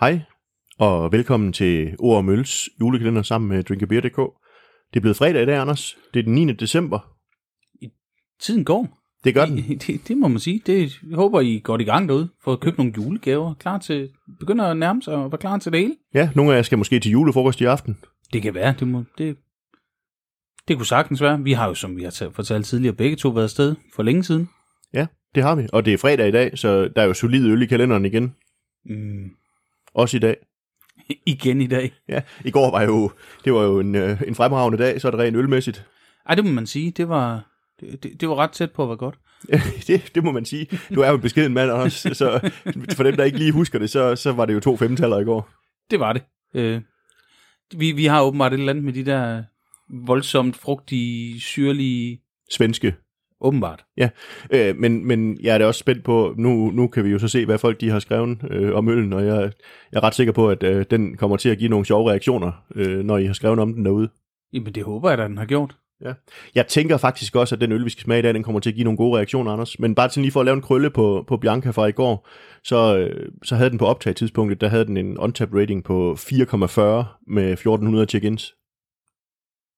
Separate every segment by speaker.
Speaker 1: Hej, og velkommen til Ord og Mølles julekalender sammen med drinkabeer.dk. Det er blevet fredag i dag, Anders. Det er den 9. december.
Speaker 2: Tiden går.
Speaker 1: Det gør den.
Speaker 2: Det, det må man sige. Det jeg håber, I er godt i gang derude for at købe nogle julegaver. Klar til, begynder at nærme sig og være klar til det hele.
Speaker 1: Ja, nogle af jer skal måske til julefrokost i aften.
Speaker 2: Det kan være. Det, må, det, det kunne sagtens være. Vi har jo, som vi har talt- fortalt tidligere, begge to været afsted for længe siden.
Speaker 1: Ja, det har vi. Og det er fredag i dag, så der er jo solid øl i kalenderen igen.
Speaker 2: Mm,
Speaker 1: Også i dag.
Speaker 2: igen i dag.
Speaker 1: Ja, i går var jo, det var jo en, øh, en fremragende dag, så er det rent ølmæssigt.
Speaker 2: Ej, det må man sige. Det var, det, det, det var ret tæt på at være godt.
Speaker 1: det, det må man sige. Du er jo en beskeden mand, Anders, så for dem, der ikke lige husker det, så, så var det jo to femtaller i går.
Speaker 2: Det var det. Øh, vi, vi har åbenbart et eller andet med de der voldsomt frugtige, syrlige...
Speaker 1: Svenske
Speaker 2: Åbenbart.
Speaker 1: Øh, men, men jeg er da også spændt på, nu, nu kan vi jo så se, hvad folk de har skrevet øh, om øllen, og jeg, jeg er ret sikker på, at øh, den kommer til at give nogle sjove reaktioner, øh, når I har skrevet om den derude.
Speaker 2: Jamen, det håber jeg da, den har gjort.
Speaker 1: Jeg tænker faktisk også, at den øl, vi skal smage i dag, den kommer til at give nogle gode reaktioner, Anders. Men bare sådan lige for at lave en krølle på, på Bianca fra i går, så, øh, så havde den på optagetidspunktet, der havde den en on-tap rating på 4,40 med 1400 check-ins.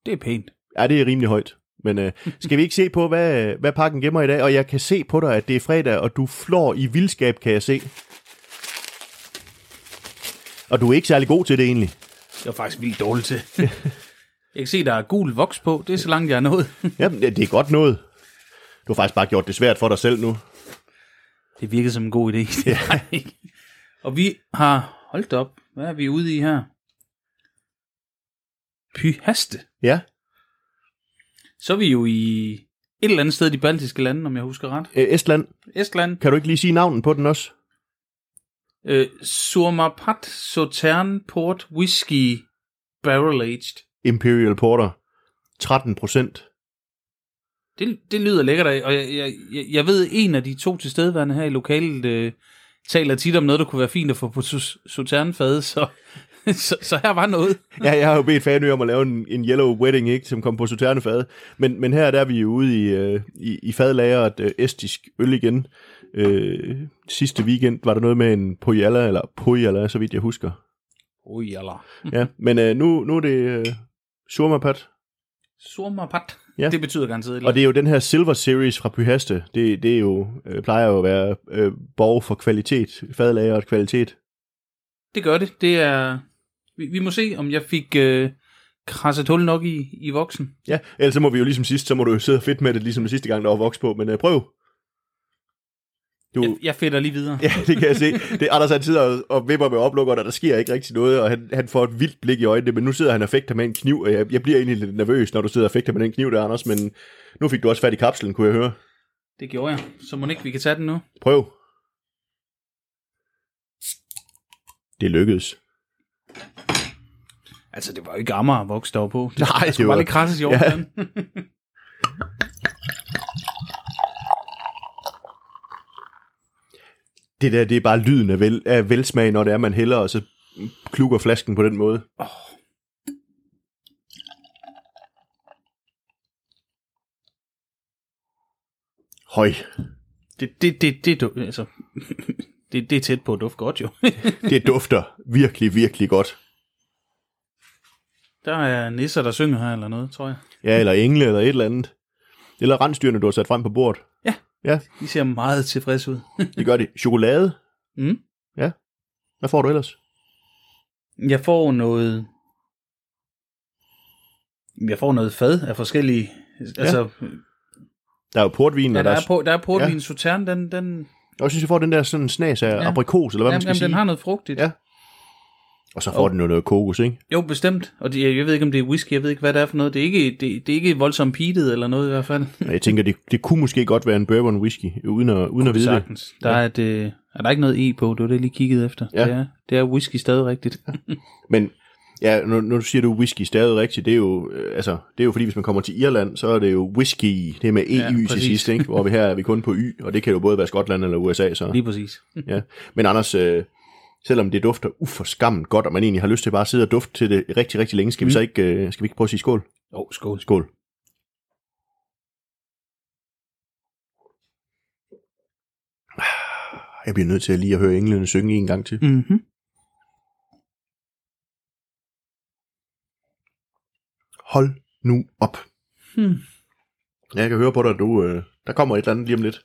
Speaker 2: Det er pænt.
Speaker 1: Ja, det er rimelig højt. Men øh, skal vi ikke se på, hvad, hvad pakken gemmer i dag? Og jeg kan se på dig, at det er fredag, og du flår i vildskab, kan jeg se. Og du er ikke særlig god til det egentlig.
Speaker 2: Det var faktisk vildt dårligt til. jeg kan se, der er gul voks på. Det er så langt, jeg er nået.
Speaker 1: Jamen, det det er godt noget. Du har faktisk bare gjort det svært for dig selv nu.
Speaker 2: det virkede som en god idé. Det var det ikke. Og vi har... Holdt op. Hvad er vi ude i her? Pyhaste.
Speaker 1: Ja,
Speaker 2: Så er vi jo i et eller andet sted i de baltiske lande, om jeg husker ret.
Speaker 1: øh, Estland.
Speaker 2: Estland.
Speaker 1: Kan du ikke lige sige navnet på den også?
Speaker 2: Øh, Surmapat Sotern Port Whisky Barrel Aged.
Speaker 1: Imperial Porter. 13 procent.
Speaker 2: Det, det lyder lækkert, af, og jeg, jeg, jeg, jeg ved, en af de to tilstedeværende her i lokalet øh, taler tit om noget, der kunne være fint at få på so- soternfadet, så, så, så her var noget.
Speaker 1: Ja, jeg har jo bedt Fanø om at lave en, en Yellow Wedding, ikke, som kom på Soternefad. Men, men her der er vi jo ude i, øh, i, i fadlageret øh, estisk øl igen. Øh, sidste weekend var der noget med en Pojala, eller Pojala, så vidt jeg husker.
Speaker 2: Ui, eller...
Speaker 1: Ja, men øh, nu, nu er det øh, Surmapat.
Speaker 2: Surmapat.
Speaker 1: Ja.
Speaker 2: Ja. Det betyder garanteret et eller
Speaker 1: Og det er jo den her Silver Series fra Pyhaste. Det, det er jo, øh, plejer jo at være øh, borg for kvalitet, fadlageret kvalitet.
Speaker 2: andet. det gør det. Det er... Vi, vi må se, om jeg fik øh, krasset hul nok i, i voksen.
Speaker 1: Ja, ellers så må vi jo ligesom sidst, så må du jo sidde og fedt med det, ligesom sidste gang, der var voks på, men øh, prøv. Du,
Speaker 2: Jeg, jeg fedter lige videre.
Speaker 1: Ja, det kan jeg se. Det er Anders, han sidder og, og vipper med oplukkeren, og der sker ikke rigtig noget, og han, han får et vildt blik i øjnene, men nu sidder han og fægter med en kniv, og jeg, jeg bliver egentlig lidt nervøs, når du sidder og fægter med den kniv der, Anders, men nu fik du også fat i kapslen, kunne jeg høre.
Speaker 2: Det gjorde jeg. Så må ikke, vi kan tage den nu.
Speaker 1: Prøv. Det lykkedes.
Speaker 2: Altså, det var jo ikke Amager voks, der var på. Det,
Speaker 1: Nej,
Speaker 2: der
Speaker 1: Altså, det
Speaker 2: skulle
Speaker 1: var-
Speaker 2: bare lidt krasses i
Speaker 1: Ja.
Speaker 2: overfladen.
Speaker 1: Det der, det er bare lyden af, vel, af velsmag, når det er, man hælder, og så klukker flasken på den måde. Høj.
Speaker 2: Det, det, det, det, du, altså, det, det er tæt på at dufte godt jo.
Speaker 1: Det dufter virkelig, virkelig godt.
Speaker 2: der er nisser, der synger her eller noget, tror jeg.
Speaker 1: Ja, eller engle, eller et eller andet. Eller rensdyrene, du har sat frem på bordet.
Speaker 2: Ja.
Speaker 1: Ja,
Speaker 2: De ser meget tilfredse ud.
Speaker 1: det gør det. Chokolade.
Speaker 2: Mm.
Speaker 1: Hvad får du ellers?
Speaker 2: Jeg får noget... Jeg får noget fad af forskellige... Altså,
Speaker 1: Der er jo portvin,
Speaker 2: ja,
Speaker 1: og der,
Speaker 2: der, er
Speaker 1: er...
Speaker 2: på, der er portvin ja. sauterne, den, den,
Speaker 1: Og jeg synes, jeg får den der sådan snas af ja.
Speaker 2: Ja.
Speaker 1: aprikos, eller hvad man
Speaker 2: jamen,
Speaker 1: skal
Speaker 2: jamen,
Speaker 1: sige.
Speaker 2: den har noget frugtigt.
Speaker 1: Ja. Og så får den jo noget kokos, ikke?
Speaker 2: Jo, bestemt. Og det, jeg ved ikke, om det er whisky, jeg ved ikke, hvad det er for noget. Det er ikke, det, det er ikke voldsomt pitet eller noget i hvert fald.
Speaker 1: Og jeg tænker, det, det kunne måske godt være en bourbon whisky, uden at, uden at vide det.
Speaker 2: Sagtens. Der er, et, øh, er der ikke noget E på, det var det, jeg lige kiggede efter.
Speaker 1: Ja.
Speaker 2: Det, er, det er whisky stadig rigtigt.
Speaker 1: Men ja, når, når du siger, du er whisky stadig rigtigt, det er jo, øh, altså, det er jo fordi, hvis man kommer til Irland, så er det jo whisky, det er med EU
Speaker 2: Ja,
Speaker 1: ja, til
Speaker 2: præcis.
Speaker 1: sidst, ikke? Hvor vi her er vi kun på Y, og det kan jo både være Skotland eller USA, så.
Speaker 2: Lige præcis.
Speaker 1: Ja. Men Anders, øh, selvom det dufter uforskammet godt, og man egentlig har lyst til bare at sidde og dufte til det rigtig, rigtig længe, skal mm. vi så ikke, øh, skal vi ikke prøve at sige skål?
Speaker 2: Jo, oh, skål.
Speaker 1: Skål. Ah, Jeg bliver nødt til at lige at høre englene synge en gang til.
Speaker 2: Mm-hmm.
Speaker 1: Hold nu op.
Speaker 2: Hmm.
Speaker 1: Ja, jeg kan høre på dig, at du, øh, der kommer et eller andet lige om lidt.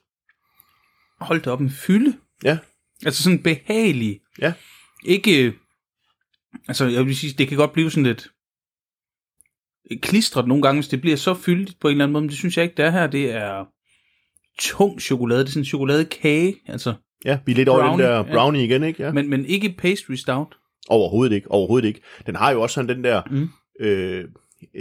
Speaker 2: Hold da op, en fylde.
Speaker 1: Ja.
Speaker 2: Altså sådan behagelig.
Speaker 1: Ja.
Speaker 2: Ikke, øh, altså jeg vil sige, det kan godt blive sådan lidt klistret nogle gange, hvis det bliver så fyldigt på en eller anden måde, men det synes jeg ikke, det er her. Det er tung chokolade, det er sådan en chokoladekage, altså,
Speaker 1: Ja, vi er lidt over den
Speaker 2: Brownie,
Speaker 1: der
Speaker 2: ja.
Speaker 1: brownie igen, ikke? Ja.
Speaker 2: men, men ikke pastry stout.
Speaker 1: Overhovedet ikke, overhovedet ikke. Den har jo også sådan den der
Speaker 2: Mm.
Speaker 1: mm. øh,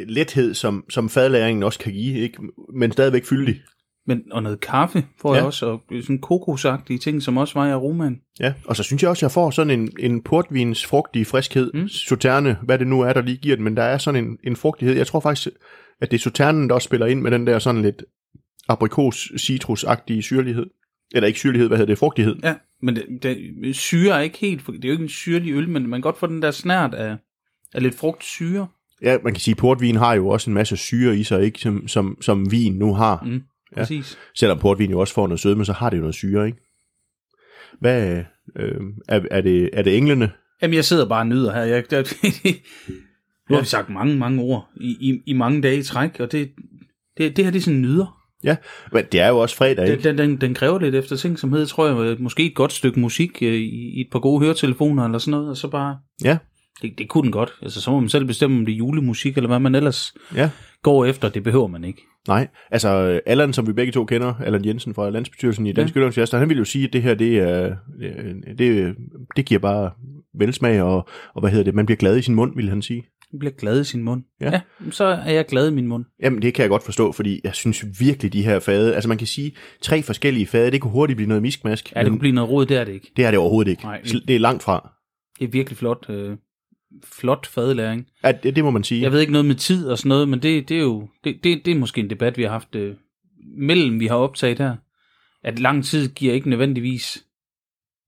Speaker 1: lethed, som, som fadlæringen også kan give, ikke? men stadigvæk fyldig.
Speaker 2: Men, og noget kaffe får
Speaker 1: Ja.
Speaker 2: jeg også, og sådan kokosagtige ting, som også var i aromaen.
Speaker 1: Ja, og så synes jeg også, at jeg får sådan en, en portvins frugtig friskhed,
Speaker 2: Mm.
Speaker 1: mm. soterne, hvad det nu er, der lige giver den, men der er sådan en, en frugtighed. Jeg tror faktisk, at det er soternen, der også spiller ind med den der sådan lidt aprikos citrus syrlighed. Eller ikke syrlighed, hvad hedder det? Frugtighed.
Speaker 2: Ja, men det, det, syre er ikke helt, for det er jo ikke en syrlig øl, men man kan godt få den der snært af, af lidt frugtsyre.
Speaker 1: Ja, man kan sige, at portvin har jo også en masse syre i sig, ikke? Som, som, som vin nu har.
Speaker 2: Mm.
Speaker 1: Mm.
Speaker 2: Ja. Præcis.
Speaker 1: Selvom portvin jo også får noget sødme, så har det jo noget syre, ikke? Hvad, øh, er, er, det, er det englene?
Speaker 2: Jamen, jeg sidder bare og nyder her. Jeg, der, nu har vi sagt mange, mange ord i, i, i mange dage i træk, og det, det, det her, det er sådan en nyder.
Speaker 1: Ja, men det er jo også fredag, ikke?
Speaker 2: Den, den, den, den kræver lidt efter ting, som hedder, tror jeg, måske et godt stykke musik øh, i, i et par gode høretelefoner eller sådan noget, og så bare...
Speaker 1: Ja,
Speaker 2: Det, det kunne den godt. Altså, så må man selv bestemme, om det er julemusik, eller hvad man ellers
Speaker 1: ja.
Speaker 2: går efter. Det behøver man ikke.
Speaker 1: Nej, altså øh, Allan, som vi begge to kender, Allan Jensen fra Landsbestyrelsen i Dansk ja. han ville jo sige, at det her, det, er, øh, det, det giver bare velsmag, og, og hvad hedder det, man bliver glad i sin mund, ville han sige.
Speaker 2: Man bliver glad i sin mund.
Speaker 1: Ja.
Speaker 2: ja så er jeg glad i min mund.
Speaker 1: Jamen, det kan jeg godt forstå, fordi jeg synes virkelig, de her fade, altså man kan sige, tre forskellige fade, det kunne hurtigt blive noget miskmask,
Speaker 2: Ja, det kunne blive noget rod, det er det ikke.
Speaker 1: det er det overhovedet ikke.
Speaker 2: Nej.
Speaker 1: Sl- Det er langt fra.
Speaker 2: Det er virkelig flot, øh, flot fadlæring.
Speaker 1: Ja, det, det må man sige.
Speaker 2: Jeg ved ikke noget med tid og sådan noget, men det, det er jo det, det, det er måske en debat, vi har haft øh, mellem vi har optaget her, at lang tid giver ikke nødvendigvis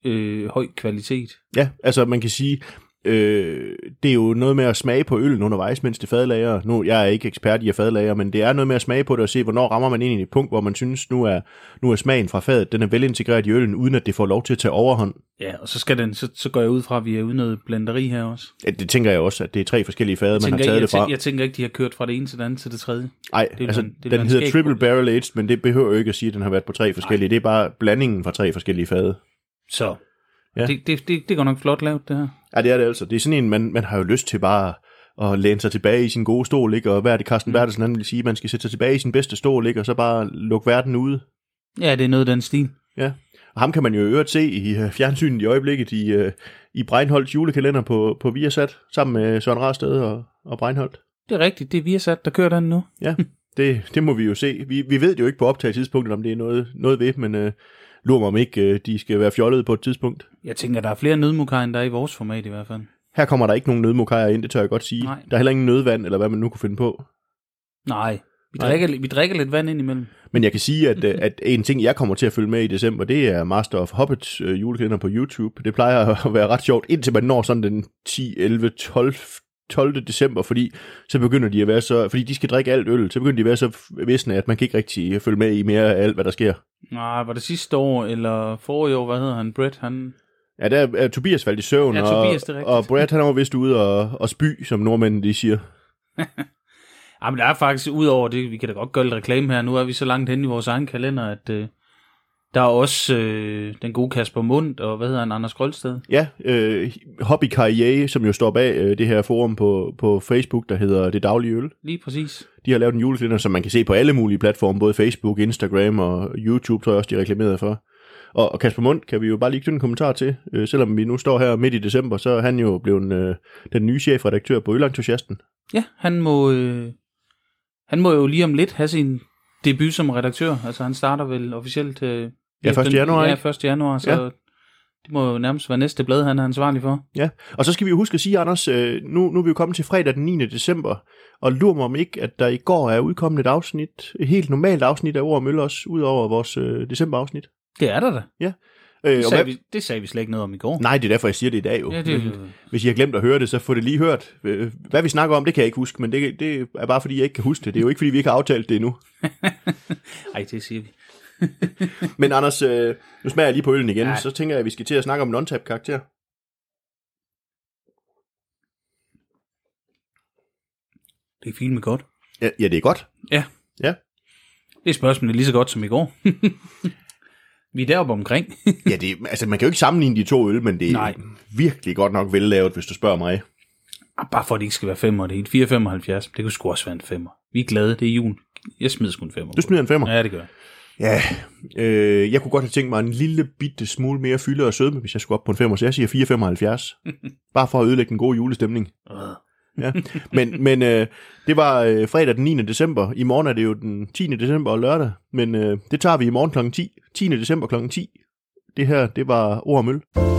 Speaker 2: øh, høj kvalitet.
Speaker 1: Ja, altså man kan sige, øh, det er jo noget med at smage på øllen undervejs, mens det fadlager. Nu, jeg er ikke ekspert i at fadlager, men det er noget med at smage på det og se, hvornår rammer man ind i et punkt, hvor man synes, nu er, nu er smagen fra fadet, den er velintegreret i øllen, uden at det får lov til at tage overhånd.
Speaker 2: Ja, og så skal den, så, så går jeg ud fra, at vi er uden noget blanderi her også.
Speaker 1: Ja, Det tænker jeg også, at det er tre forskellige fader, man har
Speaker 2: jeg,
Speaker 1: taget
Speaker 2: jeg,
Speaker 1: det fra.
Speaker 2: tænker, jeg tænker ikke, de har kørt fra det ene til det andet til det tredje.
Speaker 1: Nej,
Speaker 2: ville
Speaker 1: altså,
Speaker 2: være en- det ville
Speaker 1: den
Speaker 2: være en
Speaker 1: hedder
Speaker 2: skæg
Speaker 1: Triple
Speaker 2: på.
Speaker 1: Barrel Aged, men det behøver jo ikke at sige, at den har været på tre forskellige. Det er bare blandingen fra tre forskellige fade.
Speaker 2: Så ja.
Speaker 1: Ja.
Speaker 2: det, det, det, det går nok flot lavet, det her.
Speaker 1: Ja, det er det altså. Det er sådan en, man, man har jo lyst til bare at læne sig tilbage i sin gode stol, ikke? og hvad er det Carsten Bertelsen, han vil sige, man skal sætte sig tilbage i sin bedste stol, ikke? og så bare lukke verden ude.
Speaker 2: Ja, det er noget af den stil.
Speaker 1: Ja. Og ham kan man jo i øvrigt se i øh, fjernsynet i øjeblikket i, øh, i Breinholts julekalender på, på Viasat, sammen med Søren Rasted og, og Breinholt.
Speaker 2: Det er rigtigt, det er Viasat, der kører den nu.
Speaker 1: Ja, det, det må vi jo se. Vi, vi ved det jo ikke på optagetidspunktet, om det er noget, noget ved, men øh, lurer mig om ikke, øh, de skal være fjollede på et tidspunkt.
Speaker 2: Jeg tænker, der er flere nødmukkar, end der er i vores format i hvert fald.
Speaker 1: Her kommer der ikke nogen nødmokajer ind, det tør jeg godt sige.
Speaker 2: Nej.
Speaker 1: Der er heller ingen nødvand, eller hvad man nu kunne finde på.
Speaker 2: Nej, vi
Speaker 1: Nej.
Speaker 2: drikker, vi drikker lidt vand ind imellem.
Speaker 1: Men jeg kan sige, at,
Speaker 2: Mhm.
Speaker 1: øh, at en ting, jeg kommer til at følge med i december, det er Master of Hobbits øh, julekalender på YouTube. Det plejer at være ret sjovt, indtil man når sådan den 10, 11, 12, 12. december, fordi så begynder de at være så, fordi de skal drikke alt øl, så begynder de at være så visne, at man kan ikke rigtig følge med i mere af alt, hvad der sker.
Speaker 2: Nej, var det sidste år, eller forrige år, hvad hedder han, Brett, han...
Speaker 1: Ja, der er Tobias faldt i søvn,
Speaker 2: Ja,
Speaker 1: og,
Speaker 2: Tobias, det er rigtigt.
Speaker 1: og Brad han var vist ude og, og spy, som nordmændene de siger.
Speaker 2: Ej, men der er faktisk, udover det, vi kan da godt gøre lidt reklame her, nu er vi så langt hen i vores egen kalender, at øh, der er også øh, den gode Kasper Mundt, og hvad hedder han, Anders Grølsted.
Speaker 1: Ja, øh, Hobby Karriere, som jo står bag øh, det her forum på, på Facebook, der hedder Det Daglige Øl.
Speaker 2: Lige præcis.
Speaker 1: De har lavet en julekalender, som man kan se på alle mulige platforme, både Facebook, Instagram og YouTube, tror jeg også, de reklamerede for. Og, og Kasper Mund kan vi jo bare lige knytte en kommentar til. Øh, selvom vi nu står her midt i december, så er han jo blevet øh, den nye chefredaktør på Ølentusiasten.
Speaker 2: Ja, han må, øh, han må jo lige om lidt have sin debut som redaktør. Altså, han starter vel officielt... Øh,
Speaker 1: Ja, 1. januar,
Speaker 2: Ja, 1. januar, så...
Speaker 1: Ja.
Speaker 2: Det må jo nærmest være næste blad, han er ansvarlig for.
Speaker 1: Ja, og så skal vi jo huske at sige, Anders, øh, nu, nu er vi jo kommet til fredag den 9. december, og lurer mig om ikke, at der i går er udkommet et afsnit, et helt normalt afsnit af Ord og Mølle også, ud over vores øh, decemberafsnit.
Speaker 2: Det er der da.
Speaker 1: Øh,
Speaker 2: Det
Speaker 1: og
Speaker 2: sagde,
Speaker 1: hvad,
Speaker 2: vi, det sagde vi slet ikke noget om i går.
Speaker 1: Nej, det er derfor, jeg siger det i dag jo.
Speaker 2: Ja, det,
Speaker 1: Men Hvis I har glemt at høre det, så få det lige hørt. Øh, Hvad vi snakker om, det kan jeg ikke huske, men det, det er bare fordi, jeg ikke kan huske det. Det er jo ikke fordi, vi ikke har aftalt det endnu.
Speaker 2: Ej, det siger vi.
Speaker 1: Men Anders, øh, nu smager jeg lige på øllen igen,
Speaker 2: Ja.
Speaker 1: så tænker jeg, at vi skal til at snakke om non karakter
Speaker 2: Det er fint med godt.
Speaker 1: Ja, ja, det er godt.
Speaker 2: Ja.
Speaker 1: Ja.
Speaker 2: Det er spørgsmålet lige så godt som i går. Vi er deroppe omkring.
Speaker 1: Ja, det, altså, man kan jo ikke sammenligne de to øl, men det er
Speaker 2: Nej.
Speaker 1: virkelig godt nok vellavet, hvis du spørger mig.
Speaker 2: Ah, Bare for at det ikke skal være femmer, det er en 4,75. Det kunne sgu også være en femmer. Vi er glade, det er jul. Jeg smider sgu en femmer.
Speaker 1: Du smider en femmer.
Speaker 2: Ja, det gør jeg.
Speaker 1: Ja, øh, jeg kunne godt have tænkt mig en lille bitte smule mere fylde og sødme, hvis jeg skulle op på en femmer, så jeg siger 4,75. Bare for at ødelægge den gode julestemning.
Speaker 2: Øh.
Speaker 1: Ja. Men, men øh, det var øh, fredag den 9. december. I morgen er det jo den 10. december og lørdag, men øh, det tager vi i morgen kl. 10. 10. december kl. 10. Det her, det var ord om øl.